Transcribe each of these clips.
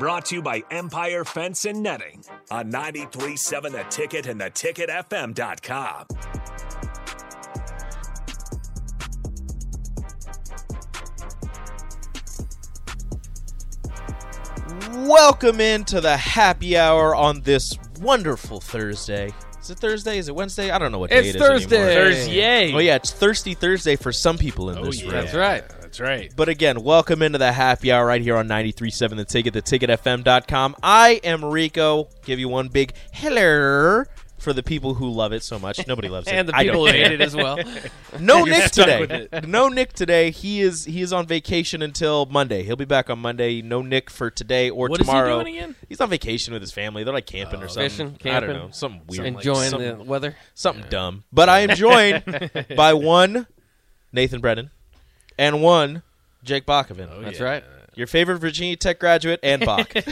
Brought to you by Empire Fence and Netting on 937 The Ticket and theticketfm.com. Welcome into the happy hour on this wonderful Thursday. Is it Thursday? Is it Wednesday? I don't know what day It's it is anymore. Thursday. Oh, Thursday. Oh yeah, it's Thirsty Thursday for some people in this room. That's right. That's right. But again, welcome into the happy hour right here on 93.7 The Ticket, theticketfm.com. I am Rico. Give you one big hello for the people who love it so much. Nobody loves it. And the I don't people who care. hate it as well. No Nick stuck with today. it. No Nick today. He is he is on vacation until Monday. He'll be back on Monday. No Nick for today or What is he tomorrow. doing again? He's on vacation with his family. They're like camping or something. Fishing, I don't camping, know. Something weird. Enjoying something, the weather. something dumb. But I am joined by one Nathan Brennan and one Jake Bakovin. That's right. Your favorite Virginia Tech graduate and Bach. but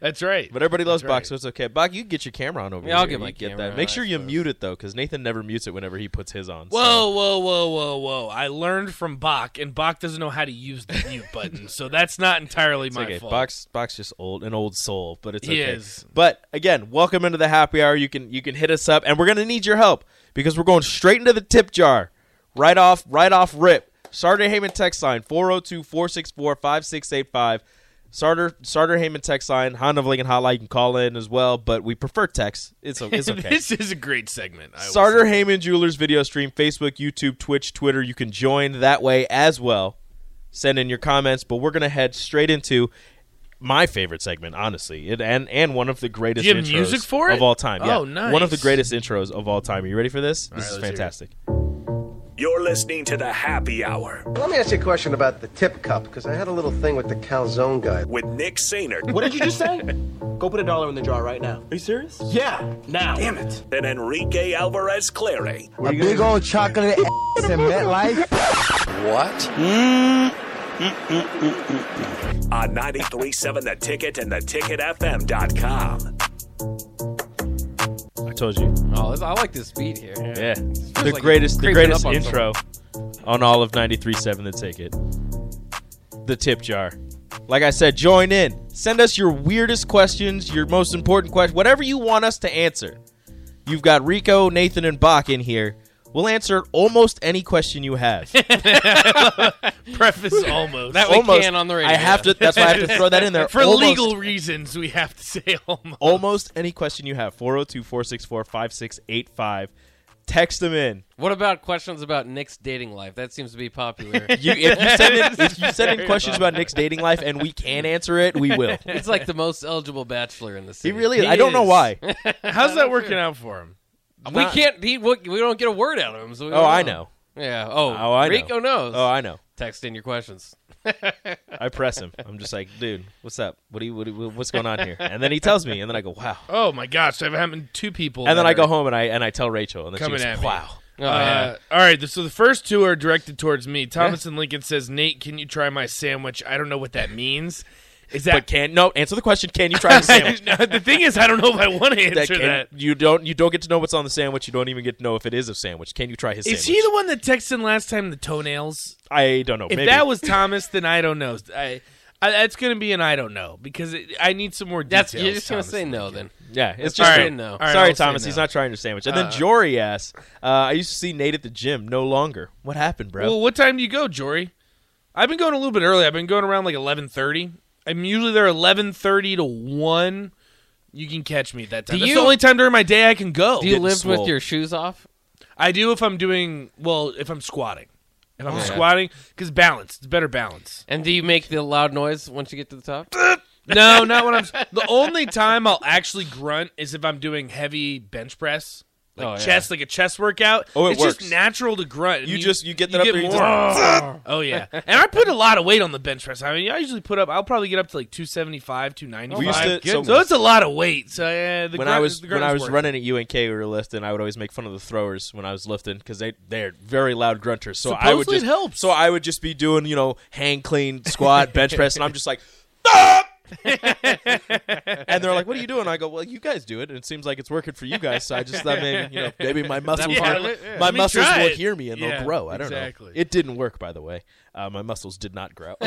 That's right. everybody loves That's Bach, right. so it's okay. Bach, you can get your camera on over Yeah, here. I'll get You my can camera Make on, I sure you suppose. mute it, though, because Nathan never mutes it whenever he puts his on. so- Whoa, whoa, whoa, whoa, whoa! I learned from Bach, and Bach doesn't know how to use the mute button, so that's not entirely It's my okay. fault. Box, box, just old, an old soul, but it's He okay. is. But again, welcome into the happy hour. You can you can hit us up, and we're gonna need your help because we're going straight into the tip jar, right off, right off rip. Sarter Heyman text oh line 402-464-5685. Sarter Sarter Heyman text line Honda of Lincoln hotline. You can call in as well, but we prefer text. It's o- it's okay. this is a great segment. I will Sarter say. Heyman Jewelers video stream, Facebook, YouTube, Twitch, Twitter. You can join that way as well. Send in your comments, but we're gonna head straight into my favorite segment, honestly, it, and and one of the greatest Do you have intros music for it? of all time. Oh, yeah. nice. One of the greatest intros of all time. Are you ready for this? This right, is let's hear it. fantastic. You're listening to the happy hour Let me ask you a question about the tip cup, because I had a little thing with the calzone guy. with Nick Sainert What did you just say? Go put a dollar in the jar right now. Are you serious? Yeah, now. Damn it. and Enrique Alvarez Clary. A big old chocolate ass in MetLife. on 937 The Ticket and theticketfm.com. I told you. Oh, I like this beat here. Yeah. The like greatest the creeping greatest up on intro on all of 93.7 The Ticket. The tip jar. Like I said, join in. Send us your weirdest questions, your most important questions, whatever you want us to answer. You've got Rico, Nathan, and Bach in here. We'll answer almost any question you have. Preface almost. That we almost. can on the radio. I have to. That's why I have to throw that in there. for Almost- legal reasons, we have to say almost. Almost any question you have. 402-464-5685. Text them in. What about questions about Nick's dating life? That seems to be popular. You, if you send in, if you send in questions about Nick's dating life and we can answer it, we will. it's like the most eligible bachelor in the He city. really. I don't know is. why. How's that working out for him? We can't. He, we we don't get a word out of him. So we Oh, don't I know. Yeah. Oh, Oh, I know. Rico knows. Oh, I know. Text in your questions. I press him. I'm just like, dude, what's up? What do you? What do you- what's going on here? And then he tells me, and then I go, wow. Oh my gosh, I've happened to two people. And then that I go are home and I and I tell Rachel, and then Coming she's at me. wow. Oh, Uh, yeah. all right, so the first two are directed towards me. Thomas and Lincoln says, "Nate, can you try my sandwich?" I don't know what that means. Is that But can no answer the question? Can you try the sandwich? No, the thing is, I don't know if I want to That answer can- that. You don't. You don't get to know what's on the sandwich. You don't even get to know if it is a sandwich. Can you try his? Is sandwich? he the one that texted in last time the toenails? I don't know. If maybe. that was Thomas, then I don't know. I, I that's gonna be an I don't know because it, I need some more details. That's you're just gonna Thomas. say no then. Yeah, it's All just right. a- No. All right, Sorry, I'll say Thomas, no. he's not trying your sandwich. And then Jory asks, uh, "I used to see Nate at the gym. No longer. What happened, bro? Well, what time do you go, Jory? I've been going a little bit early. I've been going around like eleven thirty. I'm usually there eleven thirty to one. You can catch me at that time. Do That's you- the only time during my day I can go. Do you Getting live swole. with your shoes off? I do if I'm doing well. If I'm squatting, if I'm Oh, Yeah. squatting, because balance. It's better balance. And do you make the loud noise once you get to the top? No, not when I'm. The only time I'll actually grunt is if I'm doing heavy bench press. like Oh, yeah. chest, like a chest workout. Oh, it it's works. just natural to grunt. and You just- you get that you up there, you just- more. oh yeah, and I put a lot of weight on the bench press. I mean, I usually put up. I'll probably get up to like 275, 295. We used to- so- so, it's a lot of weight. So yeah, the when grunt I is- was the when grunt I is was worth it. running at UNK, we were lifting. I would always make fun of the throwers when I was lifting because they they're very loud grunters. So I would Supposedly it just helps. so I would just be doing you know hang clean squat bench press, and I'm just like. "Ah!" and they're like, "What are you doing?" I go, "Well, you guys do it, and it seems like it's working for you guys." So I just thought maybe you know maybe my muscles Yeah, aren't- let- yeah. my Let me muscles try will it. hear me and Yeah, they'll grow. I don't exactly. know. It didn't work, by the way. Uh, my muscles did not grow.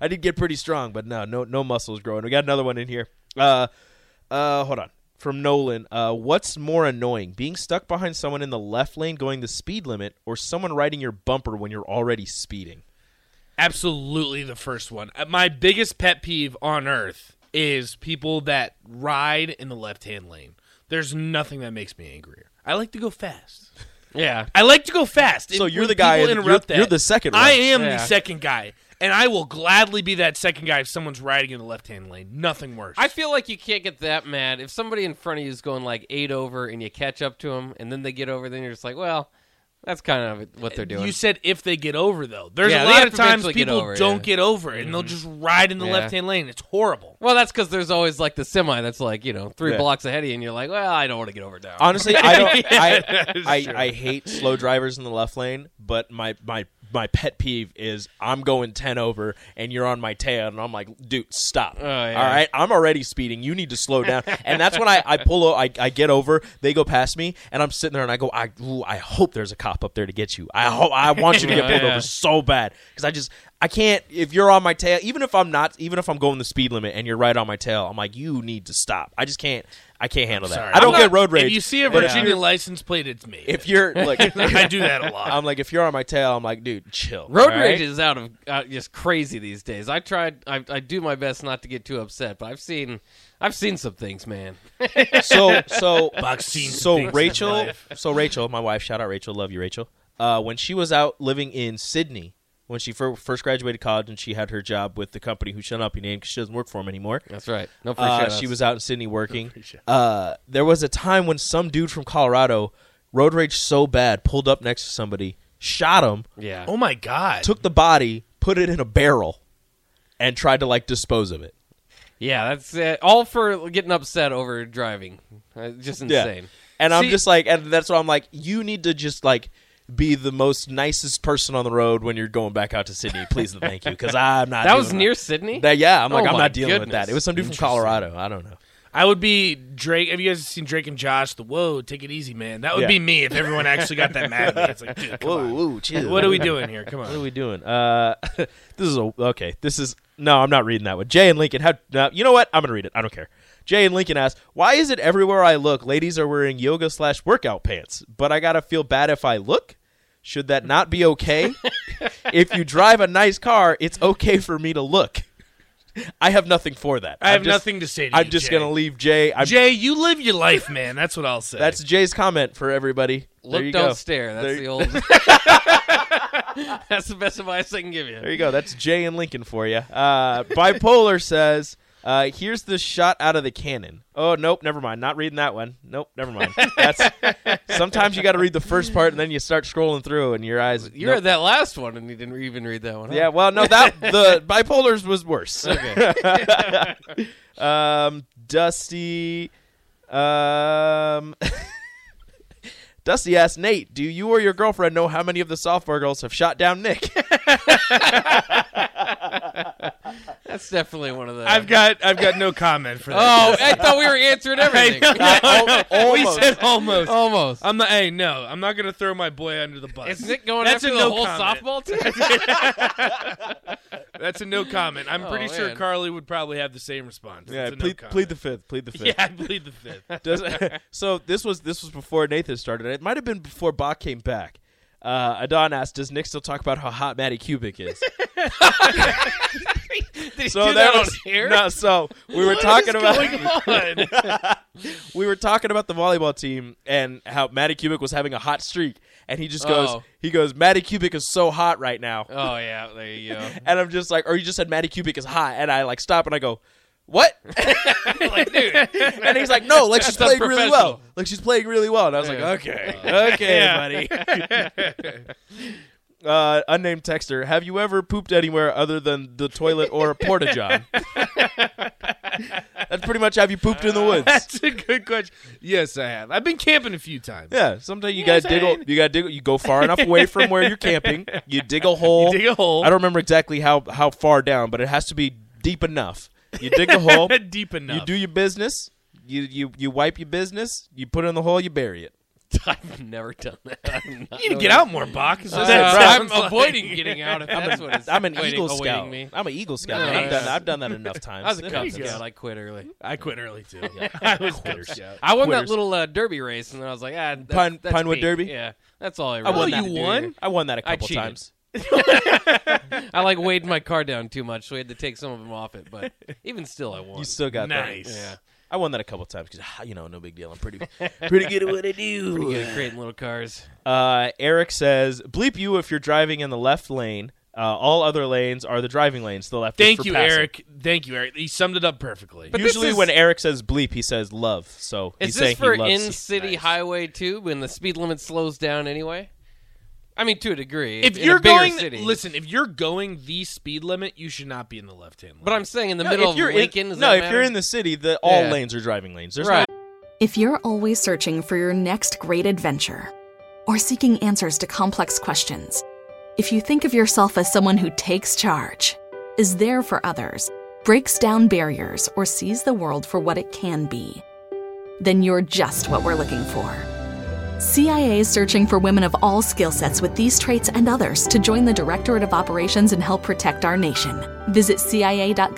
I did get pretty strong, but no, no, no muscles growing. We got another one in here. Uh, uh, hold on. From Nolan, uh, what's more annoying, being stuck behind someone in the left lane going the speed limit, or someone riding your bumper when you're already speeding? Absolutely the first one. Uh, My biggest pet peeve on earth is people that ride in the left hand lane. There's nothing that makes me angrier. I like to go fast. Yeah. I like to go fast. So It- you're when the guy- people you're- interrupt that, you're the second one. I am the Yeah. second guy, and I will gladly be that second guy if someone's riding in the left hand lane. Nothing worse. I feel like you can't get that mad if somebody in front of you is going like eight over and you catch up to them and then they get over. Then you're just like, well, that's kind of what they're doing. You said if they get over though. There's Yeah, a they lot have of to times eventually get people over, don't yeah. get over it, and they'll just ride in the Yeah. left hand lane. It's horrible. well, that's because there's always like the semi that's like you know three Yeah. blocks ahead of you, and you're like, well, I don't want to get over now. Honestly, I don't. I, I, I hate slow drivers in the left lane, but my my my pet peeve is I'm going ten over and you're on my tail, and I'm like, dude, stop. Oh, yeah. All right, I'm already speeding. You need to slow down. and that's when I I pull. o- I, I get over. They go past me, and I'm sitting there, and I go, I ooh, I hope there's a cop up there to get you. I hope I want you to get pulled over so bad because I just. I can't. If you're on my tail, even if I'm not, even if I'm going the speed limit and you're right on my tail, I'm like, you need to stop. I just can't. I can't handle that. Sorry. I don't I'm not- get road rage. If you see a but if Virginia license plate, it's me. if you're like I do that a lot. I'm like if you're on my tail, I'm like, dude, chill. Road all right? rage is out of uh, just crazy these days. I tried. I, I do my best not to get too upset, but I've seen, I've seen some things, man. so so Boxing so things in Rachel life. so Rachel, my wife, shout out Rachel, love you, Rachel. Uh, when she was out living in Sydney, when she fir- first graduated college and she had her job with the company who shall not be named because she doesn't work for them anymore. That's right. No free Uh, shout-outs. she was out in Sydney working. Uh, there was a time when some dude from Colorado road rage so bad, pulled up next to somebody, shot him, Yeah. oh my god. took the body, put it in a barrel, and tried to like dispose of it. Yeah, that's it. All for getting upset over driving. Uh, just insane. And I'm See- just like, and that's why I'm like, you need to just like be the most nicest person on the road when you're going back out to Sydney. Please and thank you, because I'm not. That was dealing with near Sydney. That, yeah, I'm Oh like, I'm my not dealing with goodness. that. It was some dude from Colorado. I don't know. I would be Drake. Have you guys seen Drake and Josh? The whoa, take it easy, man. That would Yeah. be me if everyone actually got that mad at me. It's like, dude, come on. whoa, chill. What are we doing here? Come What are on. we doing? Uh, this is a okay. This is no, I'm not reading that one. Jay and Lincoln. How? No, you know what? I'm gonna read it. I don't care. Jay and Lincoln asked, "Why is it everywhere I look, ladies are wearing yoga slash workout pants? But I gotta feel bad if I look. Should that not be okay? if you drive a nice car, it's okay for me to look. I have nothing for that. I I'm have just- nothing to say to I'm you, just Jay. gonna leave Jay. I'm, Jay, you live your life, man. That's what I'll say. That's Jay's comment for everybody. Look, there you don't go. stare. That's There- the old. that's the best advice I can give There you. you go. That's Jay and Lincoln for you. Uh, Bipolar says, uh, "Here's the shot out of the cannon." Oh nope, never mind. Not reading that one. Nope, never mind. That's sometimes you got to read the first part and then you start scrolling through and your eyes. You nope. read that last one and you didn't even read that one. huh? Yeah, well, no, that the bipolars was worse. Okay. um, Dusty, um, Dusty asked Nate, "Do you or your girlfriend know how many of the softball girls have shot down Nick?" that's definitely one of those. I've got I've got no comment for that. Oh, I thought we were answering everything. we said almost. Oh. Almost. I'm not. Hey, no, I'm not gonna throw my boy under the bus. Is Nick going That's after a the no whole comment. softball team? That's a no comment. I'm pretty sure Oh, man. Carly would probably have the same response. Yeah, That's a no plead, comment. plead the fifth. Plead the fifth. Yeah, I plead the fifth. Does, so this was this was before Nathan started. It might have been before Bach came back. Uh, Adon asked, "Does Nick still talk about how hot Maddie Kubik is?" so do that on was air? no. So we were talking about Going on? we were talking about the volleyball team and how Matty Kubik was having a hot streak, and he just goes Oh. he goes Matty Kubik is so hot right now, oh yeah, there you go. and I'm just like, or you just said Matty Kubik is hot, and I like stop and I go, what? like, dude, And he's like, no, like she's That's playing really well. unprofessional. Like she's playing really well. And I was Yeah. like, okay, okay, buddy. uh, unnamed texter, have you ever pooped anywhere other than the toilet or a porta john? That's pretty much have you pooped in the Uh, woods? That's a good question. Yes, I have. I've been camping a few times. Yeah, sometimes you gotta dig. saying. A, you gotta dig. You go far enough away from where you're camping. You dig a hole. dig a hole. I don't remember exactly how how far down, but it has to be deep enough. You dig the hole. Deep enough. You do your business. You you you wipe your business. You put it in the hole. You bury it. I've never done that. I'm not Oh, You need to doing get that. out more, Bach. that's- I'm I'm avoiding getting out. If that's what it's I'm an waiting- Eagle awaiting Scout. Me. I'm an Eagle Scout. Nice. I've, done, I've done that enough times. I was a Cub It happens. Scout. I quit early. I quit early too. I was quitters. I won that Quitters. little uh, derby race, and then I was like, ah, that's, Pine- that's Pinewood peak. Derby? Yeah, that's all I. Really I won had that. to do here. I won that a Oh, I couple cheated. times. I like weighed my car down too much, so we had to take some of them off it. But even still, I won. You still got Nice. that. Yeah. I won that a couple times because you know no big deal. I'm pretty pretty good at what I Pretty good do. at creating little cars. Uh, Eric says, "Bleep you if you're driving in the left lane. Uh, all other lanes are the driving lanes. The left. is Thank for you, passing." Eric. Thank you, Eric. He summed it up perfectly. But this Usually, is- when Eric says bleep, he says love. So Is he's this saying for he loves. in-city Nice. highway too? When the speed limit slows down anyway? I mean, to a degree. if in you're a bigger going, city. listen. If you're going the speed limit, you should not be in the left hand lane. but I'm saying in the No, middle if you're of Lincoln. in, does no, that if you're matter? in the city, the all Yeah. lanes are driving lanes. There's right, If you're always searching for your next great adventure or seeking answers to complex questions, if you think of yourself as someone who takes charge, is there for others, breaks down barriers, or sees the world for what it can be, then you're just what we're looking for. CIA is searching for women of all skill sets with these traits and others to join the Directorate of Operations and help protect our nation. Visit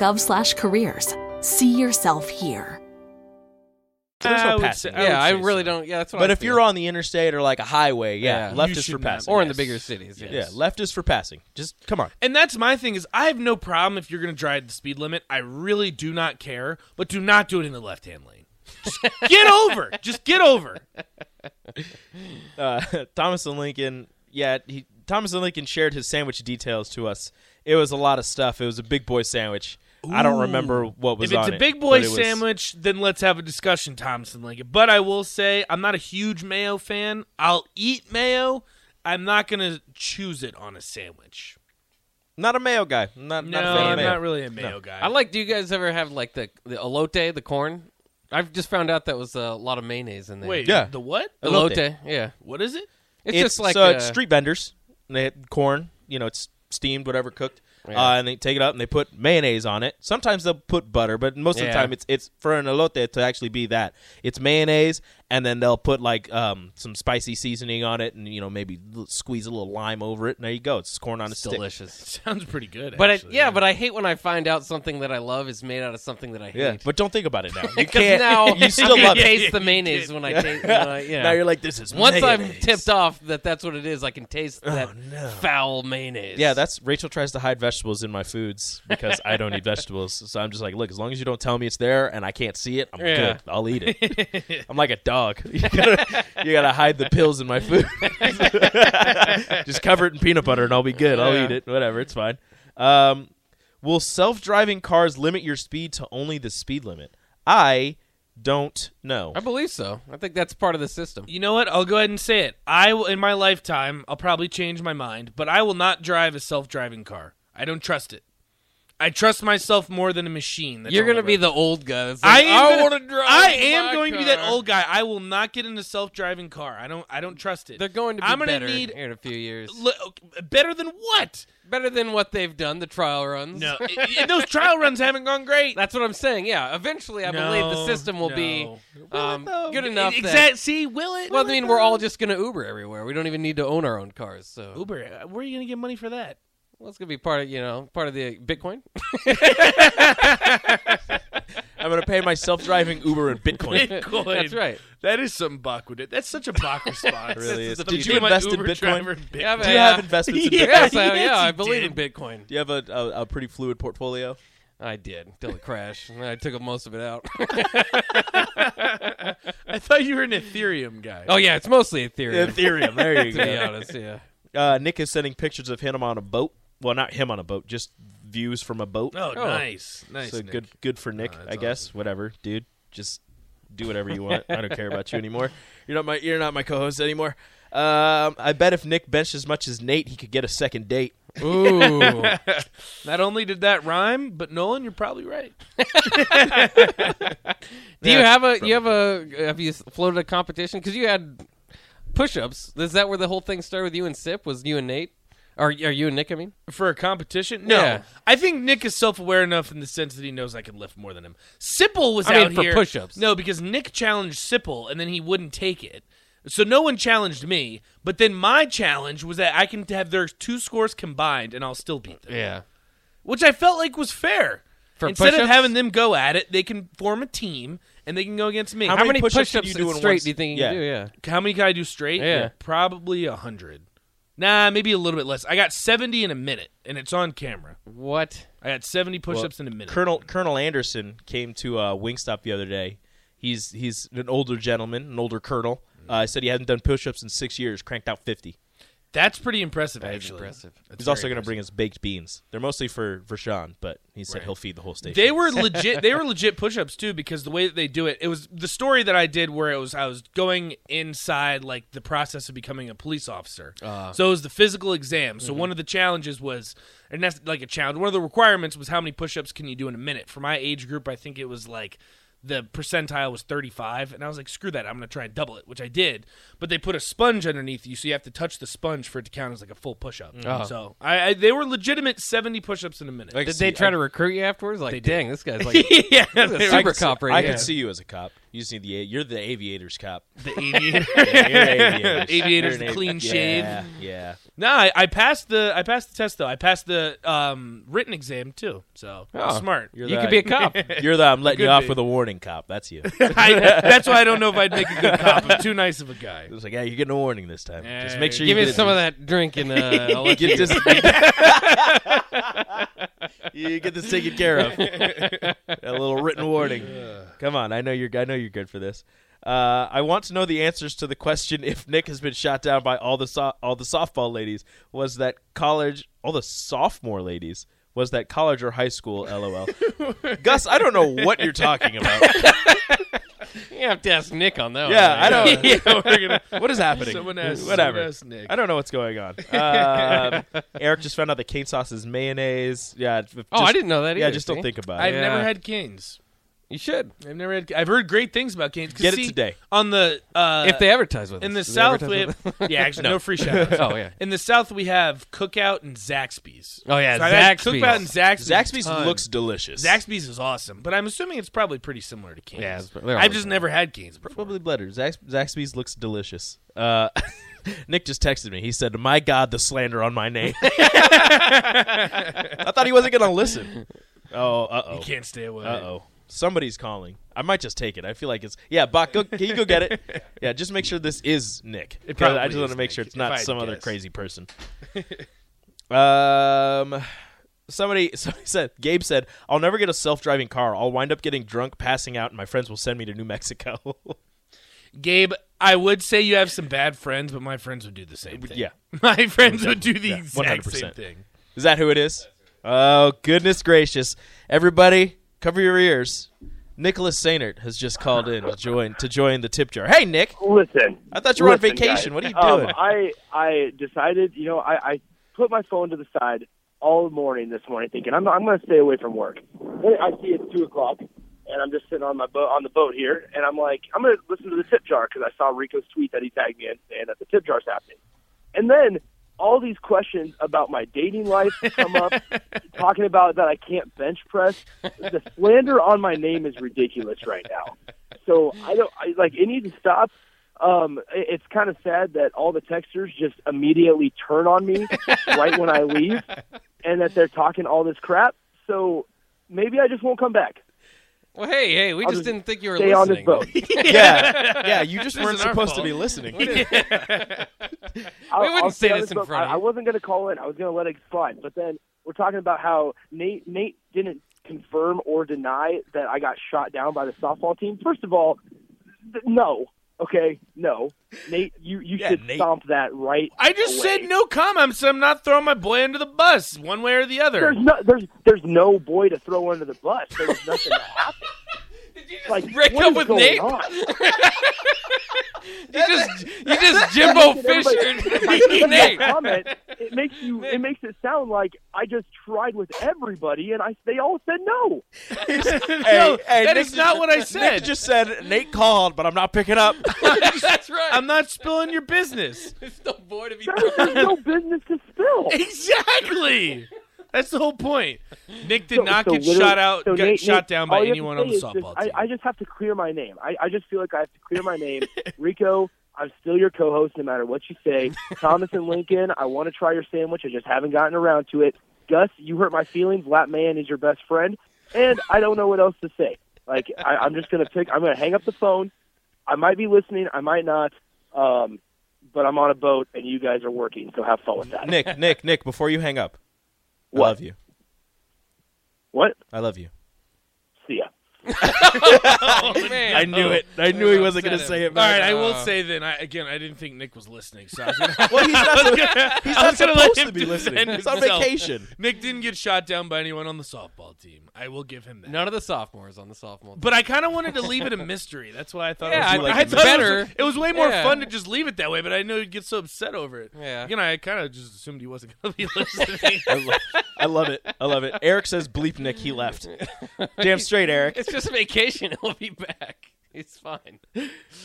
cia.gov/careers. See yourself here. no, there's I no would passing. say- lanes. yeah, I, would say really so. don't. Yeah, that's what. But I if feel. you're on the interstate or like a highway, yeah, Yeah. left You is for should not- passing. or in Yes. the bigger cities, yes. Yeah, left is for passing. Just come on. And that's my thing is I have no problem if you're going to drive the speed limit. I really do not care, but do not do it in the left hand lane. Just get over. Just get over. Uh, Thomas and Lincoln, yeah, he, Thomas and Lincoln shared his sandwich details to us. It was a lot of stuff. It was a big boy sandwich. I don't remember what was if it's on a it, big boy but it was- sandwich, then let's have a discussion, Thompson Lincoln. But I will say I'm not a huge mayo fan. I'll eat mayo. I'm not going to choose it on a sandwich. Not a mayo guy. Not, No, not a fan of I'm mayo. not really a mayo guy. I like. Do you guys ever have like the the elote, the corn? I've just found out that was a lot of mayonnaise in there. Wait, Yeah. the what? elote. elote, yeah. What is it? It's, just like so uh, it's street vendors. And they had corn, you know, it's steamed, whatever cooked, uh, and they take it up and they put mayonnaise on it. Sometimes they'll put butter, but most of Yeah. the time it's it's for an elote to actually be that. It's mayonnaise, and then they'll put like um, some spicy seasoning on it, and you know maybe l- squeeze a little lime over it. And there you go. It's corn on a it's stick. delicious. Sounds pretty good. But it, actually. yeah, but I hate when I find out something that I love is made out of something that I hate. Yeah, but don't think about it now. You because can't. now you still I love it. taste the mayonnaise when I taste. When I, yeah. Now you're like, this is Once I'm mayonnaise. Oh, tipped off that that's what it is, I can taste that foul mayonnaise. Yeah, that's Rachel tries to hide vegetables in my foods because I don't eat vegetables. So I'm just like, look, as long as you don't tell me it's there and I can't see it, I'm Yeah. good. I'll eat it. I'm like a dog. You gotta, you gotta hide the pills in my food. just cover it in peanut butter and I'll be good. I'll eat it. Whatever, it's fine. Um, will self-driving cars limit your speed to only the speed limit? I don't know. I believe so. I think that's part of the system. You know what? I'll go ahead and say it. I will, in my lifetime, I'll probably change my mind, but I will not drive a self-driving car. I don't trust it. I trust myself more than a machine. That's You're on gonna be road. the old guy. That's I like, am. gonna- wanna drive. I am my going to be that car." old guy. I will not get in a self-driving car. I don't. I don't trust it. They're going to be I'm gonna better need here in a few years. li- uh, better than what? better than what they've done. The trial runs. No, and those trial runs haven't gone great. that's what I'm saying. Yeah, eventually, I No, believe the system will be no. um, good enough. that- Exactly. See, will it? Well, I mean, we're all just gonna Uber everywhere. We don't even need to own our own cars. So Uber. uh, Where are you gonna get money for that? Well, it's gonna be part of you know part of the Bitcoin. I'm gonna pay my self-driving Uber in Bitcoin. Bitcoin. That's right. That is something Bach would do. That's such a Bach response. really is. the Did future. you Be my invest in Uber driver Bitcoin? Bitcoin. Yeah, Do you yeah. have investments in Bitcoin? Yes, I, Yes, yeah, I you believe in did. Bitcoin. Do you have a, a, a pretty fluid portfolio? I did till it crashed. and I took most of it out. I thought you were an Ethereum guy. oh yeah, it's mostly Ethereum. Ethereum. There you to be honest, yeah. Uh, Nick is sending pictures of him on a boat. Well, not him on a boat, just views from a boat. Oh, nice, nice. so Nick. Oh, good, good for Nick, that's I guess. Whatever, dude. Just do whatever you want. I don't care about you anymore. You're not my, you're not my co-host anymore. Um, I bet if Nick benched as much as Nate, he could get a second date. Ooh. Not only did that rhyme, but Nolan, you're probably right. Do you have a you have a have you floated a competition? Because you had push-ups. Is that where the whole thing started with you and Sip? Was you and Nate, or are you and Nick? I mean, For a competition? No. Yeah. I think Nick is self aware enough in the sense that he knows I can lift more than him. Sipple was I mean, out for here. push-ups. No, because Nick challenged Sipple and then he wouldn't take it. So no one challenged me, but then my challenge was that I can have their two scores combined and I'll still beat them. yeah. Which I felt like was fair. For Instead of push-ups? having them go at it, they can form a team and they can go against me. How, many, push-ups push-ups, can you do in one straight s- do you think you Yeah. can do? Yeah. How many can I do straight? Yeah. Probably a hundred. Nah, maybe a little bit less. I got seventy in a minute, and it's on camera. What? I got seventy push-ups in a minute. Colonel Colonel Anderson came to uh, Wingstop the other day. He's he's an older gentleman, an older colonel. Mm. Uh, said he hadn't done push-ups in six years. Cranked out fifty. That's pretty impressive. That is actually, impressive. That's He's also very going to bring us baked beans. They're mostly for for Sean, but he said he'll feed the whole station. They were legit. They were legit push-ups too, because the way that they do it, it was the story that I did where it was I was going inside like the process of becoming a police officer. so it was the physical exam. So one of the challenges was, and that's like a challenge. One of the requirements was how many push-ups can you do in a minute? For my age group, I think it was like the percentile was 35 and i was like screw that i'm going to try and double it which i did but they put a sponge underneath you so you have to touch the sponge for it to count as like a full push-up so I, I they were legitimate 70 push-ups in a minute Did they try to recruit you afterwards? Like, dang, this guy's like yeah a super cop right I here. could see you as a cop. You see the you're the aviators cop. the aviator. Yeah, you're the aviators. Aviator's You're an the avi- clean yeah, shave. Yeah. Nah, I, I passed the I passed the test though. I passed the um, written exam too. So I'm Oh, smart. You're You the- could be a cop. You're the I'm letting you Could off be. with a warning cop. That's you. It I, that's why I don't know if I'd make a good cop. I'm too nice of a guy. was like, yeah, you're getting a warning this time. Just make sure Give you me get it. some of that drink and uh, I'll let Get you- this. you get this taken care of. a little written warning. Come on, I know you're. I know you're good for this. Uh, I want to know the answers to the question: If Nick has been shot down by all the so- all the softball ladies, was that college? All the sophomore ladies. Was that college or high school? LOL. Gus, I don't know what you're talking about. You have to ask Nick on that one. Yeah, I right? don't. yeah, we're gonna. What is happening? Someone asked- Whatever. someone asked Nick. I don't know what's going on. Um, Eric just found out that cane sauce is mayonnaise. Yeah. if- Oh, I just- didn't know that Yeah, either, just don't see? think about I've it. never Yeah. had canes. You should. I've never had. I've heard great things about canes. 'Cause Get it see, today. on the uh, if they advertise with in the us. Do they South. advertise We with have, us? yeah, actually, no, free shout. Oh, yeah. In the South, we have Cookout and Zaxby's. Oh, yeah, so I've had Zaxby's. Cookout and Zaxby's. Zaxby's a ton. looks delicious. Zaxby's is awesome, but I'm assuming it's probably pretty similar to Cane's. Yeah, it's- they're I've always just never had Cane's before. probably better. Zax- Zaxby's looks delicious. Uh, Nick just texted me. He said, "My God, the slander on my name." I thought he wasn't gonna listen. Oh, uh oh. You can't stay away. Uh oh. Somebody's calling. I might just take it. I feel like it's yeah. Bach, go, can you go get it? Yeah, just make sure this is Nick. It probably I just want to is make Nick, sure it's if not I had some to other guess. crazy person. um, somebody, somebody said Gabe said I'll never get a self driving car. I'll wind up getting drunk, passing out, and my friends will send me to New Mexico. Gabe, I would say you have some bad friends, but my friends would do the same thing. yeah. My friends would do the exact 100%. same thing. is that who it is? Oh goodness gracious! Everybody, cover your ears. Nicholas Sainert has just called in to join to join the tip jar. Hey Nick, Listen. I thought you were on listen, guys. vacation. What are you Um, doing? I I decided, you know, I, I put my phone to the side all morning this morning, thinking I'm I'm going to stay away from work. Then I see it's two o'clock, and I'm just sitting on my boat on the boat here, and I'm like, I'm going to listen to the tip jar because I saw Rico's tweet that he tagged me in saying that the tip jar's happening, and then. All these questions about my dating life come up, talking about that I can't bench press. The slander on my name is ridiculous right now. So I don't I, like it needs to stop um, it- it's kind of sad that all the texters just immediately turn on me right when I leave, and that they're talking all this crap. So maybe I just won't come back. Well, hey, hey, we I'll just just didn't think you were Stay on this listening. boat. yeah, yeah. You just weren't isn't our supposed to fault. be listening. I, We wouldn't I'll say stay on this in boat. front of I, you. I wasn't going to call in. I was going to let it slide. But then we're talking about how Nate Nate didn't confirm or deny that I got shot down by the softball team. First of all, th- no. Okay, no, Nate, you you Yeah, should Nate. stomp that right. I just away. said no comments. I'm not throwing my boy under the bus one way or the other. There's no there's there's no boy to throw under the bus. There's nothing to happen. Like break what up is with going Nate? on? You just you just Jimbo Fisher Nate. That comment, it makes you it makes it sound like I just tried with everybody and I they all said no. Hey, hey, that Nick is not what I said. Nick just said Nate called, but I'm not picking up. That's right. I'm not spilling your business. There's no boy to be. There's no business to spill. exactly. That's the whole point. Nick did So- not so get literally- shot out, so get Nate- shot Nate, down all by you have to anyone on say the is just- softball team. I, I just have to clear my name. I, I just feel like I have to clear my name. Rico, I'm still your co-host no matter what you say. Thomas and Lincoln, I want to try your sandwich. I just haven't gotten around to it. Gus, you hurt my feelings. Lap Man is your best friend, and I don't know what else to say. Like I, I'm just gonna pick. I'm gonna hang up the phone. I might be listening. I might not. Um, but I'm on a boat, and you guys are working, so have fun with that. Nick, Nick, Nick, before you hang up, What? I love you. What? I love you. See ya. man. Oh, I knew it. I knew he wasn't going to say it. All right, back. I will say then. I, again, I didn't think Nick was listening, so I was gonna, Well, he's not, he's I not was gonna let supposed him to be listening. defend He's on himself. vacation. Nick didn't get shot down by anyone on the softball team. I will give him that. None of the sophomores on the sophomore. team. But I kind of wanted to leave it a mystery. That's why I thought. Yeah, it was, I- I it's thought it was- It better. was, way more Yeah. fun to just leave it that way. But I know you'd get so upset over it. Yeah. You know, I kind of just assumed he wasn't going to be listening. I love, I love it. I love it. Eric says, "Bleep Nick, he left." Damn straight, Eric. it's just vacation. He'll be back. It's fine.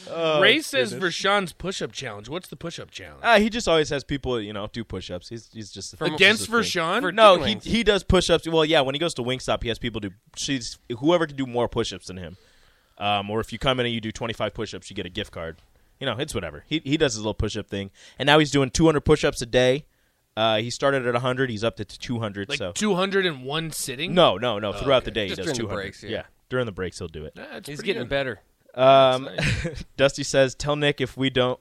Oh, Ray says Vershawn's push-up challenge. What's the push-up challenge? Uh, he just always has people, you know, do push-ups. He's he's just Against he's just a thing. Vershawn? No, Chicken he wings. he does push-ups. Well, yeah, when he goes to Wingstop, he has people do. She's whoever can do more push-ups than him. Um, or if you come in and you do 25 push-ups, you get a gift card. You know, it's whatever. He he does his little push-up thing, and now he's doing 200 push-ups a day. Uh, he started at 100. He's up to 200. like so 201 sitting? no, no, no. Throughout the day, Just he does during the 200. breaks, yeah. during the breaks he'll do it. That's He's pretty getting good. better. Um, Dusty says, "Tell Nick if we don't,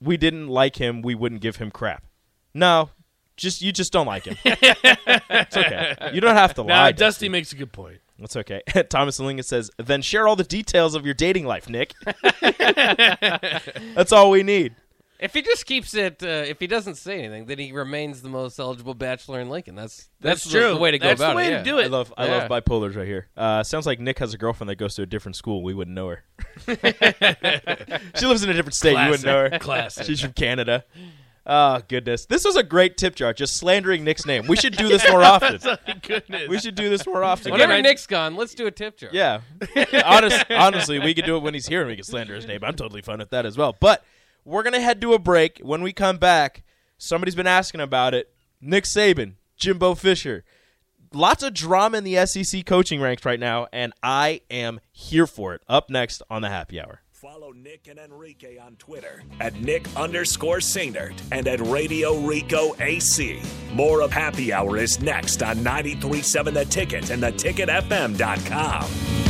we didn't like him, we wouldn't give him crap. No, just you just don't like him. it's okay. You don't have to Nah, lie. Dusty makes a good point. That's okay." Thomas Lincoln says, "Then share all the details of your dating life, Nick. That's all we need." If he just keeps it, uh, if he doesn't say anything, then he remains the most eligible bachelor in Lincoln. That's that's, the- The, way to go That's about the way it. to yeah. do it. I love I Yeah. love bipolars right here. Uh, sounds like Nick has a girlfriend that goes to a different school. We wouldn't know her. she lives in a different state. You wouldn't know her. Classic. She's from Canada. Oh goodness, this was a great tip jar. Just slandering Nick's name. We should do this more often. Thank goodness. We should do this more often. Whenever Again, I- Nick's gone, let's do a tip jar. yeah. Honest, honestly, we could do it when he's here and we can slander his name. I'm totally fine with that as well. But we're gonna head to a break. When we come back, somebody's been asking about it. Nick Saban, Jimbo Fisher. Lots of drama in the SEC coaching ranks right now, and I am here for it. Up next on the happy hour. Follow Nick and Enrique on Twitter at Nick underscore Sainert and at Radio Rico AC. More of Happy Hour is next on 937 The Ticket and theticketfm.com.